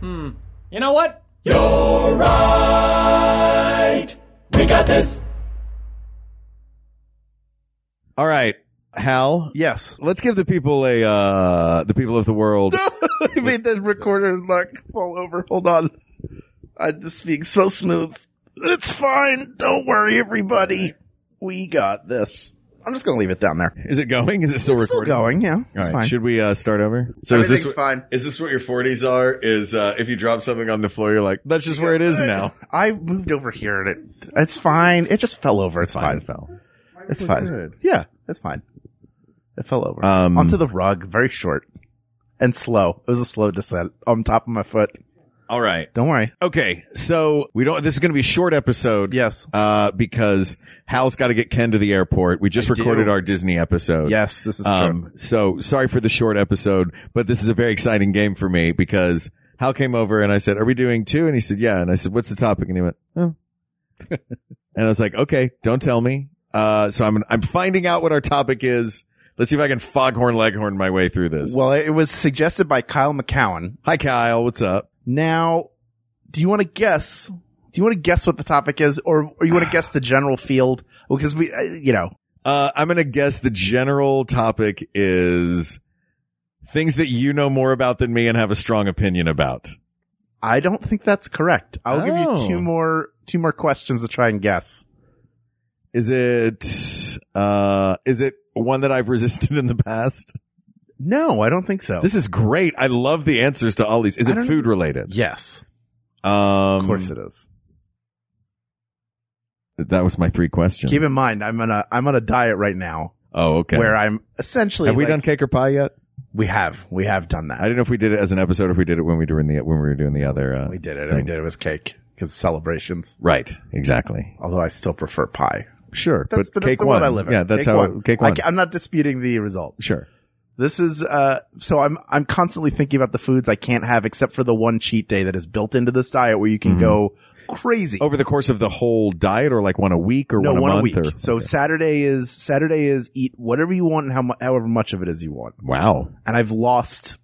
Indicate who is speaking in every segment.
Speaker 1: Hmm. You know what? You're right. We got this.
Speaker 2: All right, Hal.
Speaker 3: Yes.
Speaker 2: Let's give the people a uh the people of the world.
Speaker 3: I made the recorder lock fall over. Hold on. I'm just being so smooth. It's fine. Don't worry, everybody. We got this. I'm just going to leave it down there.
Speaker 2: Is it going? Is it still
Speaker 3: It's still
Speaker 2: recording?
Speaker 3: going, yeah.
Speaker 2: All
Speaker 3: It's
Speaker 2: right.
Speaker 3: fine.
Speaker 2: Should we uh, start over? So
Speaker 3: Everything's fine.
Speaker 2: Is this what your 40s are? Is uh, if you drop something on the floor, you're like, that's just where it is now.
Speaker 3: I moved over here and it, it's fine. It just fell over. It's fine.
Speaker 2: Seinfeld.
Speaker 3: It's fine.
Speaker 2: Good.
Speaker 3: Yeah, it's fine. It fell over.
Speaker 2: Um,
Speaker 3: Onto the rug, very short and slow. It was a slow descent on top of my foot.
Speaker 2: All right.
Speaker 3: Don't worry.
Speaker 2: Okay. So we don't. This is going to be a short episode.
Speaker 3: Yes.
Speaker 2: Uh, because Hal's got to get Ken to the airport. We just
Speaker 3: I do.
Speaker 2: recorded our Disney episode.
Speaker 3: Yes, this is true.
Speaker 2: Um, so sorry for the short episode, but this is a very exciting game for me because Hal came over and I said, are we doing two? And he said, yeah. And I said, what's the topic? And he went, oh. and I was like, okay, don't tell me. Uh, so I'm, I'm finding out what our topic is. Let's see if I can foghorn leghorn my way through this.
Speaker 3: Well, it was suggested by Kyle McCowan.
Speaker 2: Hi, Kyle. What's up?
Speaker 3: Now, do you want to guess? Do you want to guess what the topic is, or, or you want to guess the general field? Because we, uh, you know,
Speaker 2: Uh, I'm going to guess the general topic is things that you know more about than me and have a strong opinion about.
Speaker 3: I don't think that's correct. I'll give you
Speaker 2: Oh.
Speaker 3: two more two more questions to try and guess.
Speaker 2: Is it, uh, is it one that I've resisted in the past?
Speaker 3: No, I don't think so.
Speaker 2: This is great. I love the answers to all these. Is
Speaker 3: I
Speaker 2: it
Speaker 3: don't-
Speaker 2: food related?
Speaker 3: yes,
Speaker 2: Um,
Speaker 3: of course it is.
Speaker 2: That was my three questions.
Speaker 3: Keep in mind, I'm on a I'm on a diet right now,
Speaker 2: oh, okay.
Speaker 3: where I'm essentially.
Speaker 2: have we
Speaker 3: like-
Speaker 2: done cake or pie yet?
Speaker 3: We have. We have done that.
Speaker 2: I don't know if we did it as an episode or if we did it when we were in the when we were doing the other. Uh,
Speaker 3: we did it. We
Speaker 2: thing.
Speaker 3: did it with cake because celebrations.
Speaker 2: Right. Exactly.
Speaker 3: Although I still prefer pie.
Speaker 2: Sure.
Speaker 3: That's, but,
Speaker 2: cake
Speaker 3: that's the
Speaker 2: one.
Speaker 3: world I live in.
Speaker 2: Yeah. That's
Speaker 3: Cake
Speaker 2: how
Speaker 3: one.
Speaker 2: cake
Speaker 3: I
Speaker 2: one.
Speaker 3: ca- I'm not disputing the result.
Speaker 2: sure.
Speaker 3: This is uh so I'm I'm constantly thinking about the foods I can't have except for the one cheat day that is built into this diet where you can go crazy.
Speaker 2: Mm-hmm. Over the course of the whole diet, or like one a week, or
Speaker 3: no,
Speaker 2: one a
Speaker 3: one
Speaker 2: month,
Speaker 3: a week.
Speaker 2: or
Speaker 3: So Saturday is Saturday is eat whatever you want and how mu- however much of it is you want.
Speaker 2: wow,
Speaker 3: And I've lost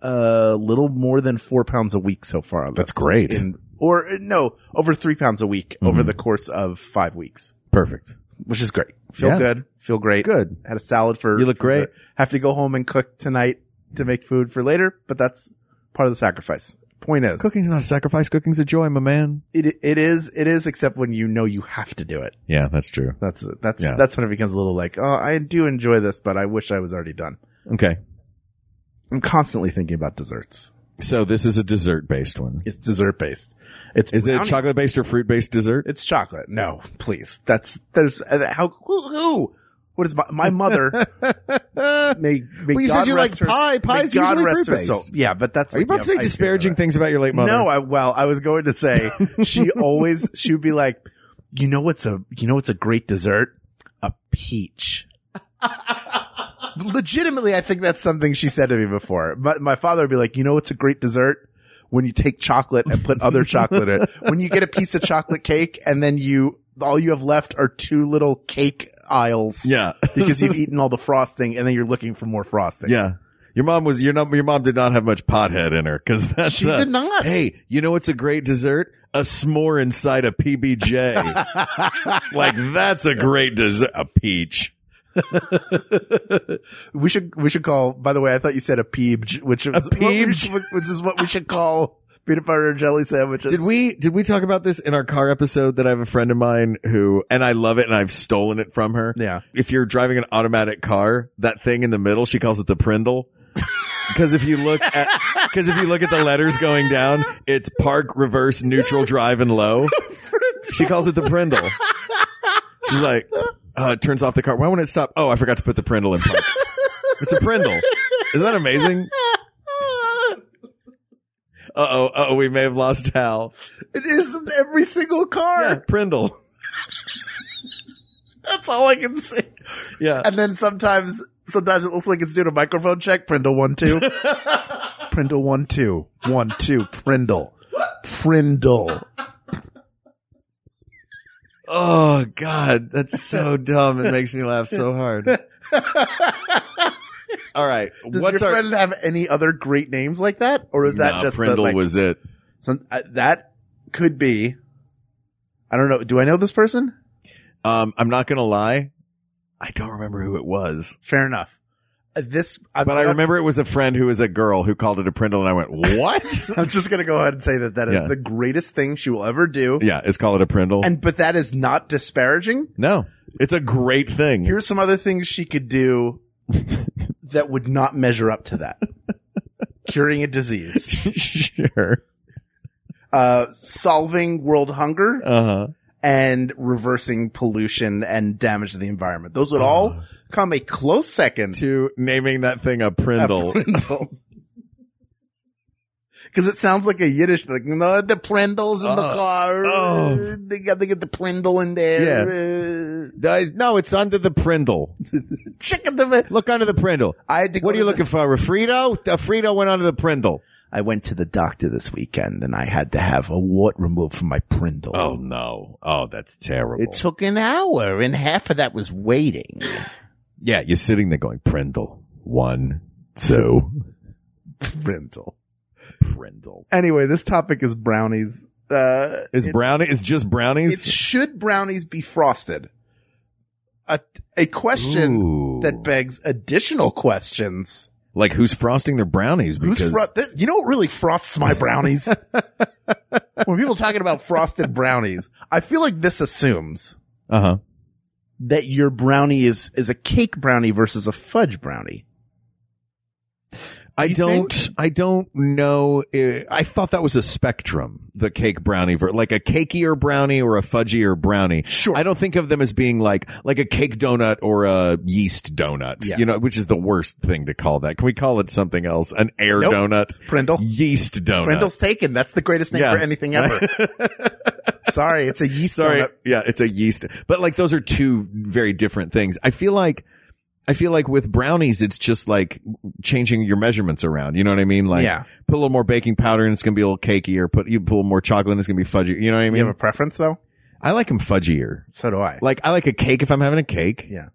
Speaker 3: a little more than four pounds a week so far. On
Speaker 2: That's
Speaker 3: this.
Speaker 2: great. Mm-hmm.
Speaker 3: In, or uh, no, over three pounds a week over the course of five weeks,
Speaker 2: perfect.
Speaker 3: which is great. Feel
Speaker 2: Yeah.
Speaker 3: good. Feel great.
Speaker 2: Good.
Speaker 3: Had a salad for.
Speaker 2: You look
Speaker 3: for-
Speaker 2: great.
Speaker 3: have to go home and cook tonight to make food for later, but that's part of the sacrifice. Point is,
Speaker 2: Cooking's not a sacrifice. Cooking's a joy, my man.
Speaker 3: it it is it is except when you know you have to do it.
Speaker 2: Yeah, that's true.
Speaker 3: That's that's
Speaker 2: Yeah.
Speaker 3: that's when it becomes a little like, oh, I do enjoy this, but I wish I was already done.
Speaker 2: Okay.
Speaker 3: I'm constantly thinking about desserts.
Speaker 2: So this is a dessert based one.
Speaker 3: It's dessert based. It's
Speaker 2: Is it a
Speaker 3: brownies.
Speaker 2: chocolate based or fruit based dessert?
Speaker 3: It's chocolate. No, please. That's there's uh, how who, who what is my, my mother may, may
Speaker 2: Well, you
Speaker 3: God
Speaker 2: said you like
Speaker 3: rest her-
Speaker 2: pie.
Speaker 3: may
Speaker 2: Pie's
Speaker 3: God
Speaker 2: usually
Speaker 3: rest her
Speaker 2: fruit-based.
Speaker 3: soul. Yeah, but that's
Speaker 2: Are you about to say disparaging
Speaker 3: things?
Speaker 2: things about your late mother?
Speaker 3: No, I, well, I was going to say she always she would be like, you know what's a you know what's a great dessert? A peach. Legitimately, I think that's something she said to me before. But my father would be like, you know what's a great dessert? When you take chocolate and put other chocolate in it. When you get a piece of chocolate cake and then you all you have left are two little cake aisles.
Speaker 2: Yeah,
Speaker 3: Because you've eaten all the frosting and then you're looking for more frosting.
Speaker 2: yeah. Your mom was your not your mom did not have much pothead in her because that's
Speaker 3: She
Speaker 2: uh,
Speaker 3: did not.
Speaker 2: Hey, you know what's a great dessert? A s'more inside a PBJ. like that's a great dessert. A peach.
Speaker 3: We should we should call. By the way, I thought you said a peebge, which is what we
Speaker 2: peebge?
Speaker 3: should- which is what we should call peanut butter and jelly sandwiches.
Speaker 2: Did we did we talk about this in our car episode that I have a friend of mine who and I love it and I've stolen it from her.
Speaker 3: Yeah.
Speaker 2: If you're driving an automatic car, that thing in the middle, she calls it the prindle. Because if you look at because if you look at the letters going down, it's park, reverse, neutral, drive, and low. She calls it the prindle. She's like, uh, it turns off the car. Why won't it stop? Oh, I forgot to put the prindle in park. It's a prindle. Isn't that amazing? Uh oh, uh oh, we may have lost Hal.
Speaker 3: It is in every single car.
Speaker 2: Yeah, Prindle.
Speaker 3: That's all I can say.
Speaker 2: Yeah.
Speaker 3: And then sometimes, sometimes it looks like it's doing a microphone check. Prindle one two. Prindle one two. One two. Prindle. Prindle.
Speaker 2: Oh God, that's so dumb. It makes me laugh so hard. All right,
Speaker 3: Does
Speaker 2: what's
Speaker 3: your
Speaker 2: our
Speaker 3: friend have any other great names like that, or is that
Speaker 2: Nah,
Speaker 3: just the,
Speaker 2: Prindle
Speaker 3: like,
Speaker 2: was it?
Speaker 3: some, uh, that could be? I don't know. Do I know this person?
Speaker 2: Um, I'm not gonna lie, I don't remember who it was,
Speaker 3: Fair enough. Uh, This,
Speaker 2: but I remember it was a friend who was a girl who called it a Prindle, and I went, "What?
Speaker 3: I'm just gonna go ahead and say that that is
Speaker 2: Yeah.
Speaker 3: the greatest thing she will ever do.
Speaker 2: yeah, it's called it a Prindle."
Speaker 3: And but that is not disparaging.
Speaker 2: no, it's a great thing.
Speaker 3: Here's some other things she could do that would not measure up to that. Curing a disease,
Speaker 2: sure.
Speaker 3: uh, solving world hunger,
Speaker 2: Uh huh.
Speaker 3: and reversing pollution and damage to the environment. Those would
Speaker 2: Uh.
Speaker 3: all come a close second to
Speaker 2: To naming that thing a Prindle.
Speaker 3: Because it sounds like a Yiddish thing. No, the prindles in the
Speaker 2: Oh.
Speaker 3: car.
Speaker 2: Oh.
Speaker 3: They got to get the prindle in there.
Speaker 2: Guys, no, it's under the Prindle.
Speaker 3: Uh, chicken the.
Speaker 2: Look under the Prindle.
Speaker 3: I had to go
Speaker 2: What are
Speaker 3: to
Speaker 2: you
Speaker 3: the-
Speaker 2: looking for? A Refrito? The Frito went under the Prindle.
Speaker 3: I went to the doctor this weekend and I had to have a wart removed from my prindle.
Speaker 2: no. Oh, that's terrible.
Speaker 3: It took an hour and half of that was waiting.
Speaker 2: yeah, you're sitting there going, Prindle. One, two.
Speaker 3: prindle.
Speaker 2: Prindle.
Speaker 3: Anyway, this topic is brownies. Uh,
Speaker 2: Is brownie, is just
Speaker 3: it
Speaker 2: brownies?
Speaker 3: should brownies be frosted? A, a question
Speaker 2: Ooh.
Speaker 3: that begs additional questions.
Speaker 2: like who's frosting their brownies? Because
Speaker 3: Who's fro- th- you know what really frosts my brownies? when people talking about frosted brownies, I feel like this assumes
Speaker 2: uh huh.
Speaker 3: that your brownie is is a cake brownie versus a fudge brownie.
Speaker 2: I
Speaker 3: You
Speaker 2: don't. I don't know. uh, I thought that was a spectrum. The cake brownie, ver- like a cakier brownie or a fudgier brownie.
Speaker 3: Sure.
Speaker 2: I don't think of them as being like like a cake donut or a yeast donut.
Speaker 3: Yeah.
Speaker 2: You know, which is the worst thing to call that. Can we call it something else? An air
Speaker 3: Nope.
Speaker 2: donut,
Speaker 3: Prindle.
Speaker 2: yeast donut.
Speaker 3: Prindle's taken. That's the greatest name
Speaker 2: Yeah.
Speaker 3: for anything ever. Sorry, it's a yeast
Speaker 2: Sorry.
Speaker 3: donut.
Speaker 2: Yeah, it's a yeast. But like those are two very different things. I feel like I feel like with brownies it's just like changing your measurements around. You know what I mean? Like
Speaker 3: Yeah.
Speaker 2: put a little more baking powder and it's going to be a little cakey or put you put a little more chocolate and it's going to be fudgy. You know what I
Speaker 3: You
Speaker 2: mean?
Speaker 3: have a preference though?
Speaker 2: I like them fudgier.
Speaker 3: So do I.
Speaker 2: Like I like a cake if I'm having a cake.
Speaker 3: Yeah.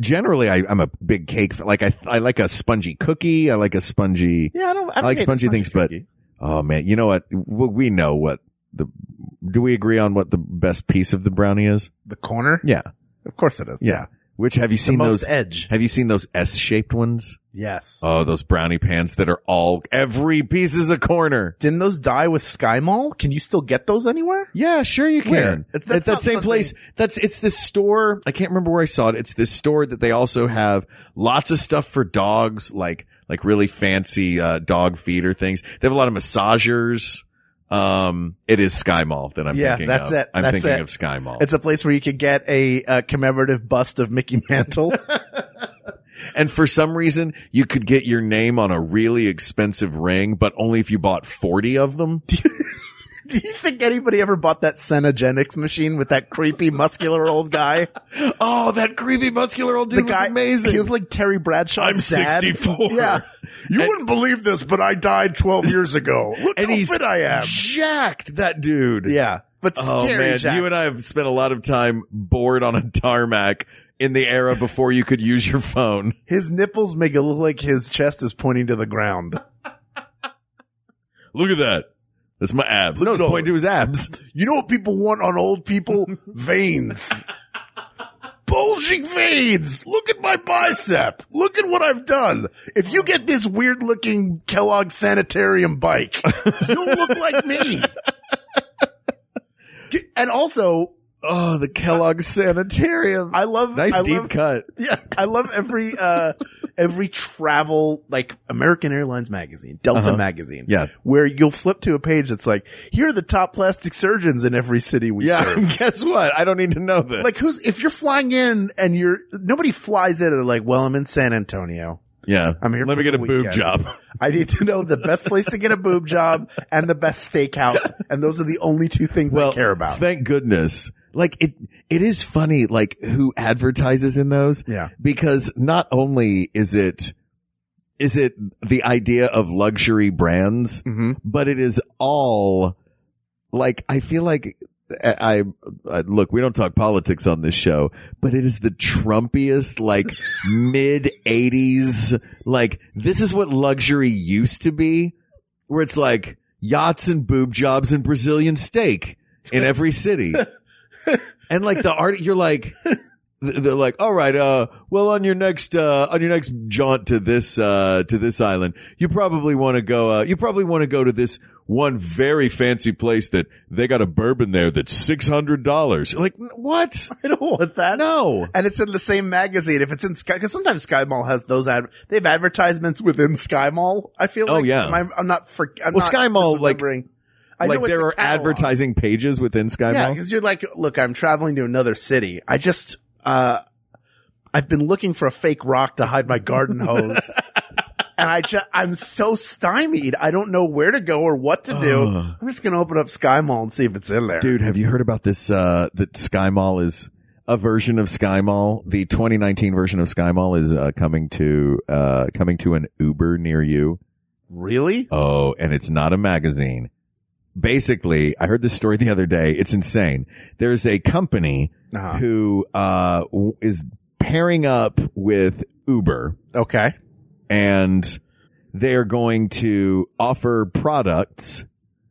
Speaker 2: Generally I I'm a big cake f- like I I like a spongy cookie, I like a spongy
Speaker 3: yeah, I don't. I, don't
Speaker 2: like
Speaker 3: hate
Speaker 2: spongy things, but-
Speaker 3: cookie.
Speaker 2: Oh man, you know what? W- We know what the do we agree on what the best piece of the brownie is?
Speaker 3: the corner.
Speaker 2: Yeah.
Speaker 3: Of course it is.
Speaker 2: Yeah. Which have you
Speaker 3: the
Speaker 2: seen
Speaker 3: most
Speaker 2: those?
Speaker 3: edge.
Speaker 2: Have you seen those S-shaped ones?
Speaker 3: Yes.
Speaker 2: Oh, those brownie pants that are all every piece is a corner.
Speaker 3: Didn't those die with Sky Mall? Can you still get those anywhere?
Speaker 2: Yeah, sure you
Speaker 3: Where?
Speaker 2: can.
Speaker 3: That's-
Speaker 2: It's
Speaker 3: that's
Speaker 2: that
Speaker 3: not
Speaker 2: same
Speaker 3: something-
Speaker 2: place. That's it's this store. I can't remember where I saw it. It's this store that they also have lots of stuff for dogs, like like really fancy uh, dog feeder things. They have a lot of massagers. Um, it is Sky Mall that I'm
Speaker 3: Yeah,
Speaker 2: thinking
Speaker 3: that's
Speaker 2: of.
Speaker 3: it.
Speaker 2: I'm
Speaker 3: That's
Speaker 2: thinking
Speaker 3: it.
Speaker 2: of Sky Mall.
Speaker 3: It's a place where you could get a, uh commemorative bust of Mickey Mantle.
Speaker 2: And for some reason, you could get your name on a really expensive ring, but only if you bought 40 of them.
Speaker 3: Do you think anybody ever bought that Cenogenics machine with that creepy muscular old guy?
Speaker 2: Oh, that creepy muscular old dude
Speaker 3: the guy,
Speaker 2: was amazing.
Speaker 3: He was like Terry Bradshaw.
Speaker 2: I'm 64.
Speaker 3: Yeah. You wouldn't believe this, but I died 12 years ago. Look
Speaker 2: and he's Jacked that dude.
Speaker 3: Yeah. But
Speaker 2: Oh
Speaker 3: scary
Speaker 2: man,
Speaker 3: Jack.
Speaker 2: you and I have spent a lot of time bored on a tarmac in the era before you could use your phone.
Speaker 3: his nipples make it look like his chest is pointing to the ground.
Speaker 2: Look at that. That's my abs.
Speaker 3: Look
Speaker 2: No,
Speaker 3: at
Speaker 2: it's
Speaker 3: all-
Speaker 2: pointing to his abs.
Speaker 3: You know what people want on old people? veins. Bulging veins. Look at my bicep. Look at what I've done. If you get this weird looking Kellogg sanitarium bike, you'll look like me. G- And also,
Speaker 2: Oh, the Kellogg Sanitarium.
Speaker 3: I love
Speaker 2: nice
Speaker 3: I
Speaker 2: deep
Speaker 3: love-
Speaker 2: cut.
Speaker 3: Yeah, I love every uh every travel like American Airlines magazine, Delta
Speaker 2: Uh-huh.
Speaker 3: magazine.
Speaker 2: Yeah.
Speaker 3: where you'll flip to a page that's like, here are the top plastic surgeons in every city we
Speaker 2: Yeah.
Speaker 3: serve.
Speaker 2: Guess what? I don't need to know this.
Speaker 3: Like who's if you're flying in and you're nobody flies in and they're like, well, I'm in San Antonio.
Speaker 2: Yeah.
Speaker 3: I'm here
Speaker 2: Let
Speaker 3: for
Speaker 2: me get
Speaker 3: the
Speaker 2: a boob
Speaker 3: weekend.
Speaker 2: job.
Speaker 3: I need to know the best place to get a boob job and the best steakhouse. And those are the only two things I care about.
Speaker 2: Thank goodness. Like it, it is funny, like who advertises in those.
Speaker 3: Yeah.
Speaker 2: Because not only is it, is it the idea of luxury brands, but it is all like, I feel like I, I, I look, we don't talk politics on this show, but it is the Trumpiest, like mid eighties. Like this is what luxury used to be where it's like yachts and boob jobs and Brazilian steak in every city. and like the art, you're like, they're like, all right, uh, well, on your next, uh, on your next jaunt to this, uh, to this island, you probably want to go, uh, you probably want to go to this one very fancy place that they got a bourbon there that's $600. Like, what?
Speaker 3: I don't want that.
Speaker 2: No.
Speaker 3: And it's in the same magazine. If it's in Sky, because sometimes Sky Mall has those ad, they have advertisements within Sky Mall. I feel
Speaker 2: Oh,
Speaker 3: like
Speaker 2: yeah.
Speaker 3: I'm, I'm not for, I'm
Speaker 2: Well,
Speaker 3: not
Speaker 2: Sky Mall, like-
Speaker 3: misremembering. I
Speaker 2: Like
Speaker 3: know it's
Speaker 2: there
Speaker 3: a
Speaker 2: are
Speaker 3: catalog.
Speaker 2: advertising pages within Sky
Speaker 3: Yeah,
Speaker 2: Mall.
Speaker 3: because you're like, look, I'm traveling to another city. I just, uh, I've been looking for a fake rock to hide my garden hose. And I just, I'm so stymied. I don't know where to go or what to do.
Speaker 2: Ugh.
Speaker 3: I'm just going to open up Sky Mall and see if it's in there.
Speaker 2: Dude, have you heard about this? Uh, that Sky Mall is a version of Sky Mall. The 2019 version of Sky Mall is uh, coming to uh, coming to an Uber near you.
Speaker 3: really?
Speaker 2: Oh, and it's not a magazine. Basically, I heard this story the other day. It's insane. There's a company
Speaker 3: Uh-huh.
Speaker 2: who uh, w- is pairing up with Uber,
Speaker 3: Okay.
Speaker 2: and they are going to offer products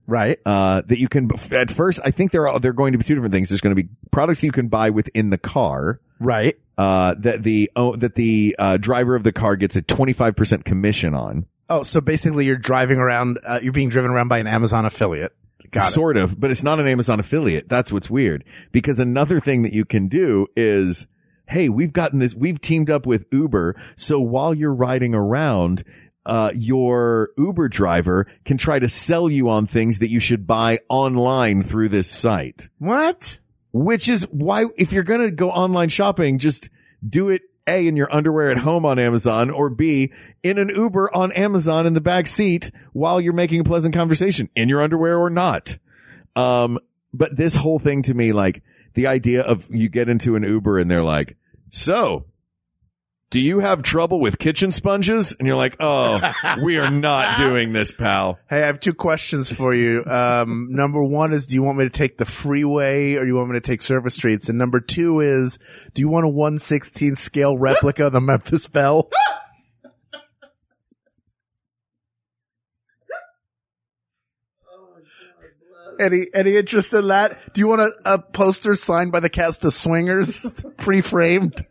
Speaker 3: Right.
Speaker 2: uh, that you can. At first, I think there are they're going to be two different things. There's going to be products that you can buy within the car.
Speaker 3: Right.
Speaker 2: Uh, that the oh, that the uh, driver of the car gets a 25% commission on,
Speaker 3: Oh, so basically you're driving around, uh, you're being driven around by an Amazon affiliate. Got it.
Speaker 2: sort of, but it's not an Amazon affiliate. That's what's weird. Because another thing that you can do is, hey, we've gotten this, we've teamed up with Uber, so while you're riding around, uh, your Uber driver can try to sell you on things that you should buy online through this site.
Speaker 3: What?
Speaker 2: which is why if you're going to go online shopping, just do it A in your underwear at home on Amazon or B in an Uber on Amazon in the back seat while you're making a pleasant conversation in your underwear or not. Um, but this whole thing to me, like the idea of you get into an Uber and they're like, so. Do you have trouble with kitchen sponges? And you're like, oh, we are not doing this, pal.
Speaker 3: Hey, I have two questions for you. Um, number one is, do you want me to take the freeway or you want me to take service streets? And number two is, do you want a 116 scale replica of the Memphis Belle? Any any interest in that? Do you want a, a poster signed by the cast of Swingers, pre-framed?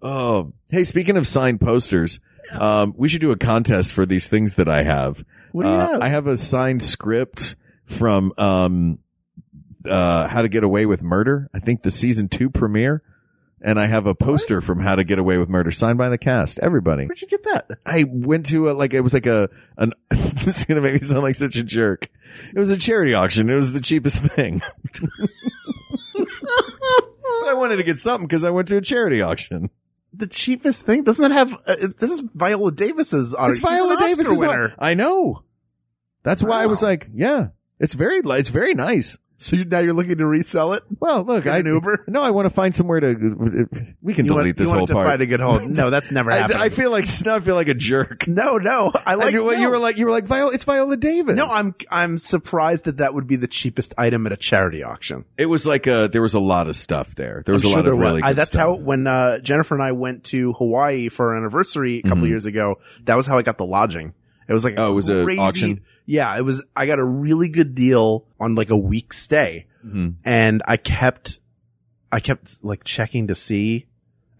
Speaker 2: Oh, hey, speaking of signed posters, um, we should do a contest for these things that I have.
Speaker 3: What do you
Speaker 2: Uh,
Speaker 3: have?
Speaker 2: I have a signed script from, um, uh, How to Get Away with Murder. I think the season two premiere. And I have a poster from How to Get Away with Murder signed by the cast. Everybody.
Speaker 3: Where'd you get that?
Speaker 2: I went to a, like, it was like a, an, this is going to make me sound like such a jerk. It was a charity auction. It was the cheapest thing. but I wanted to get something because I went to a charity auction.
Speaker 3: The cheapest thing doesn't it have? Uh, this is Viola Davis's. Auto.
Speaker 2: It's Viola
Speaker 3: She's an
Speaker 2: Davis
Speaker 3: Oscar winner.
Speaker 2: winner. I know. That's why I was
Speaker 3: Wow.
Speaker 2: like, yeah, it's very, li- it's very nice.
Speaker 3: So you, now you're looking to resell it?
Speaker 2: Well, look,
Speaker 3: Get
Speaker 2: I
Speaker 3: an Uber?
Speaker 2: No, I want to find somewhere to. We can delete
Speaker 3: You want,
Speaker 2: this
Speaker 3: you
Speaker 2: whole
Speaker 3: want
Speaker 2: part.
Speaker 3: To find a good home. No, that's never happened.
Speaker 2: I, I feel like now I feel like a jerk.
Speaker 3: no, no. I like.
Speaker 2: I knew what
Speaker 3: no.
Speaker 2: you were like. You were like Viola. It's Viola Davis.
Speaker 3: No, I'm I'm surprised that that would be the cheapest item at a charity auction.
Speaker 2: it was like a. There was a lot of stuff there. There was
Speaker 3: I'm
Speaker 2: a
Speaker 3: sure
Speaker 2: lot
Speaker 3: there
Speaker 2: of
Speaker 3: were.
Speaker 2: really.
Speaker 3: I,
Speaker 2: good
Speaker 3: that's
Speaker 2: stuff.
Speaker 3: how when uh, Jennifer and I went to Hawaii for our anniversary a couple years ago. That was how I got the lodging. It was like
Speaker 2: Mm-hmm.
Speaker 3: a
Speaker 2: Oh, it was a
Speaker 3: crazy-
Speaker 2: auction?
Speaker 3: Yeah, it was. I got a really good deal on like a week stay,
Speaker 2: Mhm.
Speaker 3: and I kept, I kept like checking to see.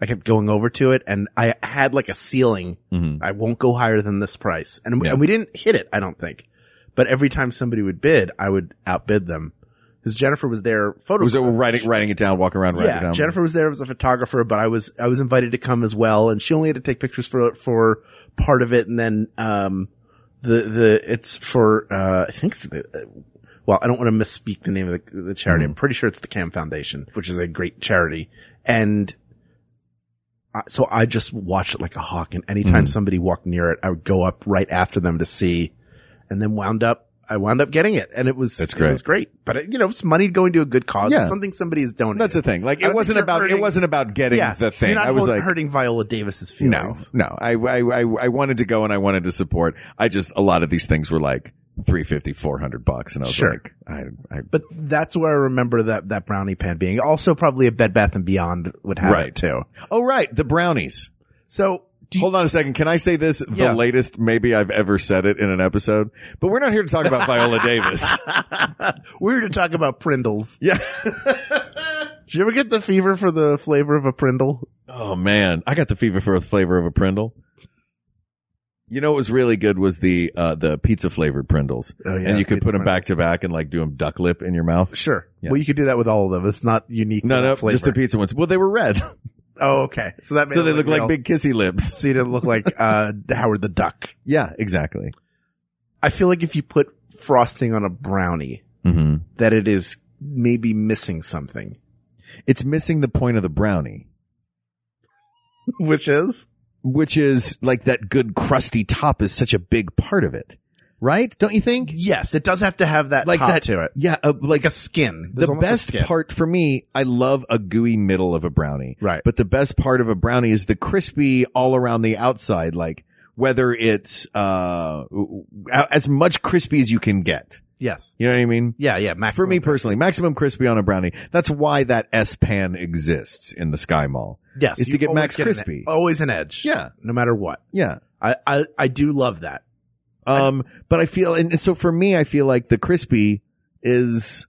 Speaker 3: I kept going over to it, and I had like a ceiling.
Speaker 2: Mhm.
Speaker 3: I won't go higher than this price, and,
Speaker 2: Yeah.
Speaker 3: and we didn't hit it. I don't think. But every time somebody would bid, I would outbid them. Because Jennifer was there photo.
Speaker 2: was it writing writing it down, walking around, writing it
Speaker 3: Yeah,
Speaker 2: down.
Speaker 3: Jennifer was there as a photographer, but I was I was invited to come as well, and she only had to take pictures for for part of it, and then um the the it's for uh I think it's the uh, well I don't want to misspeak the name of the, the
Speaker 2: Mm-hmm.
Speaker 3: charity. I'm pretty sure it's the Cam Foundation, which is a great charity, and I- so I just watched it like a hawk. And
Speaker 2: Mm-hmm.
Speaker 3: anytime somebody walked near it, I would go up right after them to see, and then wound up. I wound up getting it, and it was
Speaker 2: That's
Speaker 3: It was great, but it, you know, it's money going to a good cause.
Speaker 2: Yeah.
Speaker 3: It's something somebody has donated.
Speaker 2: That's the thing. Like
Speaker 3: I don't
Speaker 2: it wasn't
Speaker 3: think you're
Speaker 2: about it
Speaker 3: hurting-
Speaker 2: wasn't about getting
Speaker 3: Yeah,
Speaker 2: the thing.
Speaker 3: You're not
Speaker 2: I was like
Speaker 3: hurting Viola Davis's
Speaker 2: no,
Speaker 3: feelings.
Speaker 2: no. I, I I I wanted to go and I wanted to support. I just a lot of these things were like 350 400 bucks and I was
Speaker 3: Sure.
Speaker 2: like I I
Speaker 3: But that's where I remember that that brownie pan being. Also, probably a Bed Bath and Beyond would have
Speaker 2: Right.
Speaker 3: it too.
Speaker 2: Oh right, the brownies.
Speaker 3: So, do you,
Speaker 2: Hold on a second. Can I say this?
Speaker 3: Yeah.
Speaker 2: The latest maybe I've ever said it in an episode. But we're not here to talk about Viola Davis.
Speaker 3: we're to talk about Prindles.
Speaker 2: Yeah.
Speaker 3: Did you ever get the fever for the flavor of a Prindle?
Speaker 2: Oh man, I got the fever for the flavor of a Prindle. You know what was really good was the uh the pizza flavored Prindles.
Speaker 3: Oh, yeah,
Speaker 2: and you could
Speaker 3: pizza
Speaker 2: put them
Speaker 3: Prindles.
Speaker 2: back to back and like do them duck lip in your mouth.
Speaker 3: Sure.
Speaker 2: Yeah.
Speaker 3: Well, you could do that with all of them. It's not unique.
Speaker 2: No,
Speaker 3: to
Speaker 2: no,
Speaker 3: that flavor.
Speaker 2: just the pizza ones. Well, they were red,
Speaker 3: Oh, okay. So that made
Speaker 2: so
Speaker 3: it
Speaker 2: they look like
Speaker 3: real.
Speaker 2: big kissy lips.
Speaker 3: So you didn't look like uh, Howard the Duck.
Speaker 2: Yeah, exactly.
Speaker 3: I feel like if you put frosting on a brownie,
Speaker 2: hmm
Speaker 3: that it is maybe missing something,
Speaker 2: It's missing the point of the brownie,
Speaker 3: which is
Speaker 2: which is like that good crusty top is such a big part of it, right? Don't you think?
Speaker 3: yes, it does have to have that
Speaker 2: Like
Speaker 3: top
Speaker 2: that
Speaker 3: to it,
Speaker 2: Yeah, uh, like
Speaker 3: like a skin. There's
Speaker 2: the
Speaker 3: almost a
Speaker 2: best
Speaker 3: skin.
Speaker 2: part for me, I love a gooey middle of a brownie.
Speaker 3: Right.
Speaker 2: But the best part of a brownie is the crispy all around the outside, like whether it's, uh, w- w- as much crispy as you can get.
Speaker 3: Yes.
Speaker 2: You know what I mean?
Speaker 3: Yeah, yeah. Maximum.
Speaker 2: For me personally, maximum crispy on a brownie. That's why that S pan exists in the Sky Mall.
Speaker 3: yes,
Speaker 2: is to
Speaker 3: you
Speaker 2: get
Speaker 3: always
Speaker 2: Max
Speaker 3: an ed-
Speaker 2: Crispy.
Speaker 3: always an edge.
Speaker 2: Yeah.
Speaker 3: no matter what.
Speaker 2: Yeah.
Speaker 3: I I, I do love that.
Speaker 2: Um, but I feel, and, and so for me, I feel like the crispy is,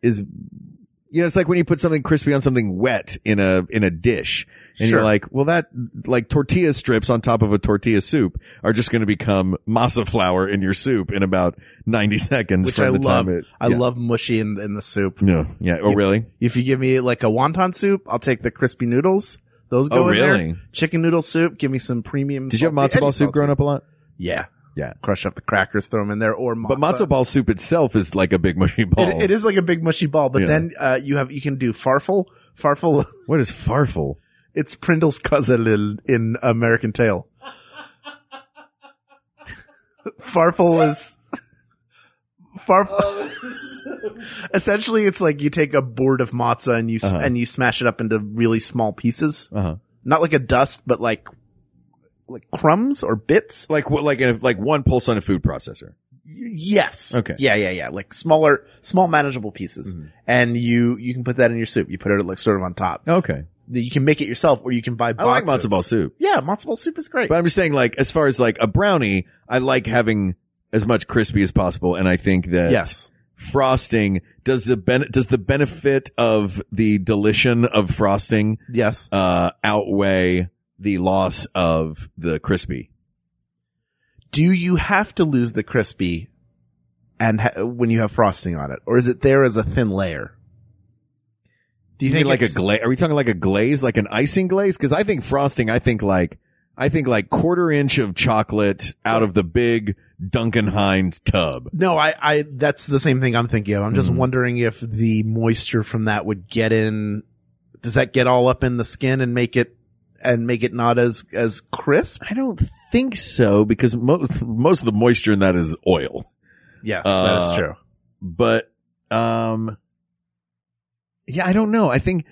Speaker 2: is, you know, it's like when you put something crispy on something wet in a, in a dish and
Speaker 3: Sure.
Speaker 2: you're like, well, that, like tortilla strips on top of a tortilla soup are just going to become masa flour in your soup in about 90 seconds
Speaker 3: Which
Speaker 2: from
Speaker 3: I
Speaker 2: the
Speaker 3: love.
Speaker 2: time it.
Speaker 3: I
Speaker 2: yeah.
Speaker 3: love mushy in, in the soup.
Speaker 2: No, yeah. Oh, really?
Speaker 3: If you give me like a wonton soup, I'll take the crispy noodles. Those go
Speaker 2: Oh,
Speaker 3: in
Speaker 2: really?
Speaker 3: there. Chicken noodle soup. Give me some premium.
Speaker 2: Did you have
Speaker 3: salty-
Speaker 2: matzo ball
Speaker 3: any
Speaker 2: soup
Speaker 3: salty.
Speaker 2: growing up a lot?
Speaker 3: Yeah,
Speaker 2: Yeah.
Speaker 3: Crush up the crackers, throw them in there, or matzo.
Speaker 2: But matzo ball soup itself is like a big mushy ball.
Speaker 3: It, it is like a big mushy ball, but
Speaker 2: Yeah.
Speaker 3: then uh, you have you can do farfel. Farfel.
Speaker 2: What is farfel?
Speaker 3: It's Prindle's cousin in, in American Tale. Farfel is Farfel. Essentially, it's like you take a board of matzah and you s
Speaker 2: Uh-huh.
Speaker 3: and you smash it up into really small pieces,
Speaker 2: Uh huh.
Speaker 3: not like a dust, but like like crumbs or bits.
Speaker 2: Like what? Like a, like one pulse on a food processor.
Speaker 3: Yes.
Speaker 2: Okay. Mm-hmm.
Speaker 3: Yeah, yeah, yeah. Like smaller, small manageable pieces, and you you can put that in your soup. You put it like sort of on top.
Speaker 2: Okay.
Speaker 3: You can make it yourself, or you can buy.
Speaker 2: I like
Speaker 3: Boxes.
Speaker 2: matzo ball soup.
Speaker 3: Yeah, matzo ball soup is great.
Speaker 2: But I'm just saying, like, as far as like a brownie, I like having as much crispy as possible, and I think that
Speaker 3: yes.
Speaker 2: frosting does the ben- does the benefit of the deletion of frosting
Speaker 3: Yes.
Speaker 2: uh, outweigh the loss of the crispy.
Speaker 3: Do you have to lose the crispy, and ha- when you have frosting on it, or is it there as a thin layer? Do
Speaker 2: You think like a
Speaker 3: it's-
Speaker 2: glaze? Are we talking like a glaze, like an icing glaze? Because I think frosting, I think like I think like quarter inch of chocolate out of the big Duncan Hines tub.
Speaker 3: No, I, I, that's the same thing I'm thinking of. I'm just
Speaker 2: Mm-hmm.
Speaker 3: wondering if the moisture from that would get in, does that get all up in the skin and make it, and make it not as, as crisp?
Speaker 2: I don't think so because most most of the moisture in that is oil.
Speaker 3: Yes,
Speaker 2: Uh, but um yeah i don't know i think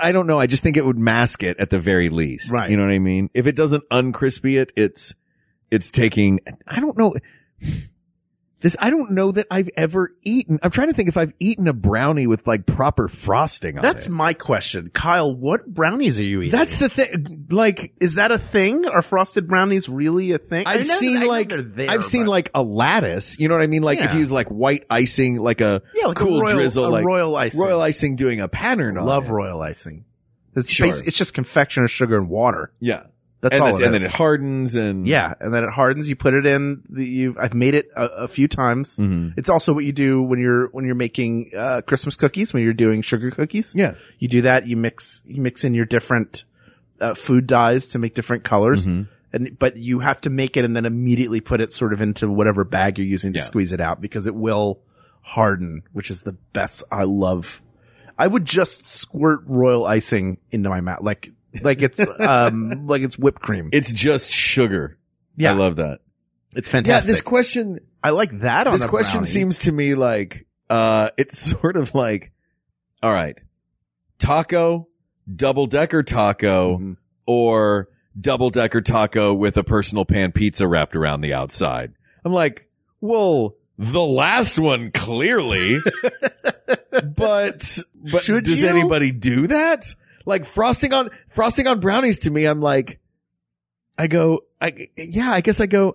Speaker 2: i don't know i just think it would mask it at the very least
Speaker 3: Right.
Speaker 2: you know what i mean if it doesn't uncrispy it it's it's taking i don't know this i don't know that i've ever eaten i'm trying to think if i've eaten a brownie with like proper frosting on
Speaker 3: That's
Speaker 2: it.
Speaker 3: my question. Kyle, what brownies are you eating?
Speaker 2: that's the thing like
Speaker 3: is that a thing? Are frosted brownies really a thing? I
Speaker 2: I've
Speaker 3: know- I
Speaker 2: seen
Speaker 3: know
Speaker 2: like
Speaker 3: they're there,
Speaker 2: I've seen
Speaker 3: but-
Speaker 2: like a lattice. You know what I mean? Like if
Speaker 3: Yeah.
Speaker 2: you use like white icing, like a
Speaker 3: yeah, like
Speaker 2: cool
Speaker 3: a royal,
Speaker 2: drizzle,
Speaker 3: a
Speaker 2: like
Speaker 3: royal icing.
Speaker 2: royal icing doing a pattern on
Speaker 3: Love
Speaker 2: it.
Speaker 3: royal icing. It's,
Speaker 2: Sure.
Speaker 3: basi- it's just confectioner sugar and water.
Speaker 2: Yeah.
Speaker 3: That's
Speaker 2: and,
Speaker 3: all.
Speaker 2: it's-
Speaker 3: it
Speaker 2: and then
Speaker 3: is.
Speaker 2: it hardens and
Speaker 3: Yeah, and then it hardens. You put it in. The, you I've made it a, a few times.
Speaker 2: Mhm.
Speaker 3: It's also what you do when you're when you're making uh, Christmas cookies. When you're doing sugar cookies,
Speaker 2: Yeah.
Speaker 3: you do that. You mix you mix in your different uh, food dyes to make different colors,
Speaker 2: Mm-hmm.
Speaker 3: and but you have to make it and then immediately put it sort of into whatever bag you're using
Speaker 2: Yeah.
Speaker 3: to squeeze it out because it will harden, which is the best. I love. I would just squirt royal icing into my mouth, like like it's um like it's whipped cream.
Speaker 2: It's just sugar.
Speaker 3: yeah,
Speaker 2: I love that.
Speaker 3: it's
Speaker 2: Yeah,
Speaker 3: fantastic.
Speaker 2: this question
Speaker 3: I like that. On
Speaker 2: this
Speaker 3: a
Speaker 2: question
Speaker 3: brownie.
Speaker 2: seems to me like uh it's sort of like all right taco double decker taco
Speaker 3: Mhm.
Speaker 2: or double decker taco with a personal pan pizza wrapped around the outside i'm like well the last one clearly but but
Speaker 3: Should
Speaker 2: does
Speaker 3: you?
Speaker 2: anybody do that like frosting on frosting on brownies to me i'm like i go i yeah i guess i go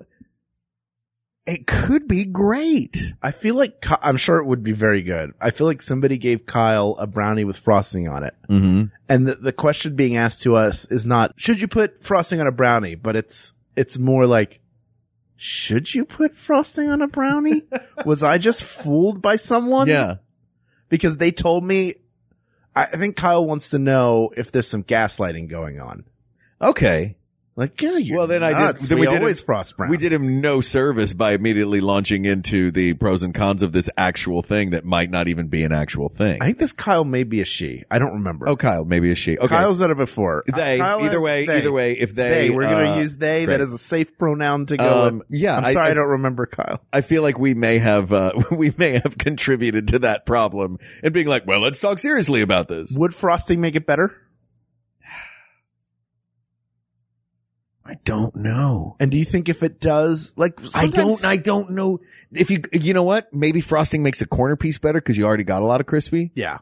Speaker 2: it could be great
Speaker 3: I feel like Ky- I'm sure it would be very good. I feel like somebody gave Kyle a brownie with frosting on it.
Speaker 2: mm-hmm.
Speaker 3: And the, the question being asked to us is not, should you put frosting on a brownie? But it's, it's more like, should you put frosting on a brownie? Was I just fooled by someone?
Speaker 2: Yeah.
Speaker 3: Because they told me, I, I think Kyle wants to know if there's some gaslighting going on.
Speaker 2: Okay.
Speaker 3: Like, yeah, you're
Speaker 2: Well, then I did-
Speaker 3: nuts.
Speaker 2: then
Speaker 3: we,
Speaker 2: we did
Speaker 3: always
Speaker 2: it-
Speaker 3: frost brownies.
Speaker 2: We did him no service by immediately launching into the pros and cons of this actual thing that might not even be an actual thing.
Speaker 3: I think this Kyle may be a she. I don't remember.
Speaker 2: oh, Kyle, maybe a she. Okay.
Speaker 3: Kyle's done it before.
Speaker 2: they.
Speaker 3: Uh, Kyle
Speaker 2: either
Speaker 3: has
Speaker 2: way.
Speaker 3: they.
Speaker 2: Either way. If they.
Speaker 3: They. We're going
Speaker 2: uh,
Speaker 3: to use they.
Speaker 2: great.
Speaker 3: That is a safe pronoun to go
Speaker 2: Um,
Speaker 3: with.
Speaker 2: yeah,
Speaker 3: I'm
Speaker 2: I-
Speaker 3: sorry I,
Speaker 2: I-
Speaker 3: don't remember Kyle.
Speaker 2: I feel like we may have. Uh, we may have contributed to that problem and being like, well, let's talk seriously about this.
Speaker 3: Would frosting make it better?
Speaker 2: I don't know.
Speaker 3: And do you think if it does, like
Speaker 2: I don't.
Speaker 3: sometimes-
Speaker 2: I don't know if you. You know what? Maybe frosting makes a corner piece better because you already got a lot of crispy.
Speaker 3: yeah,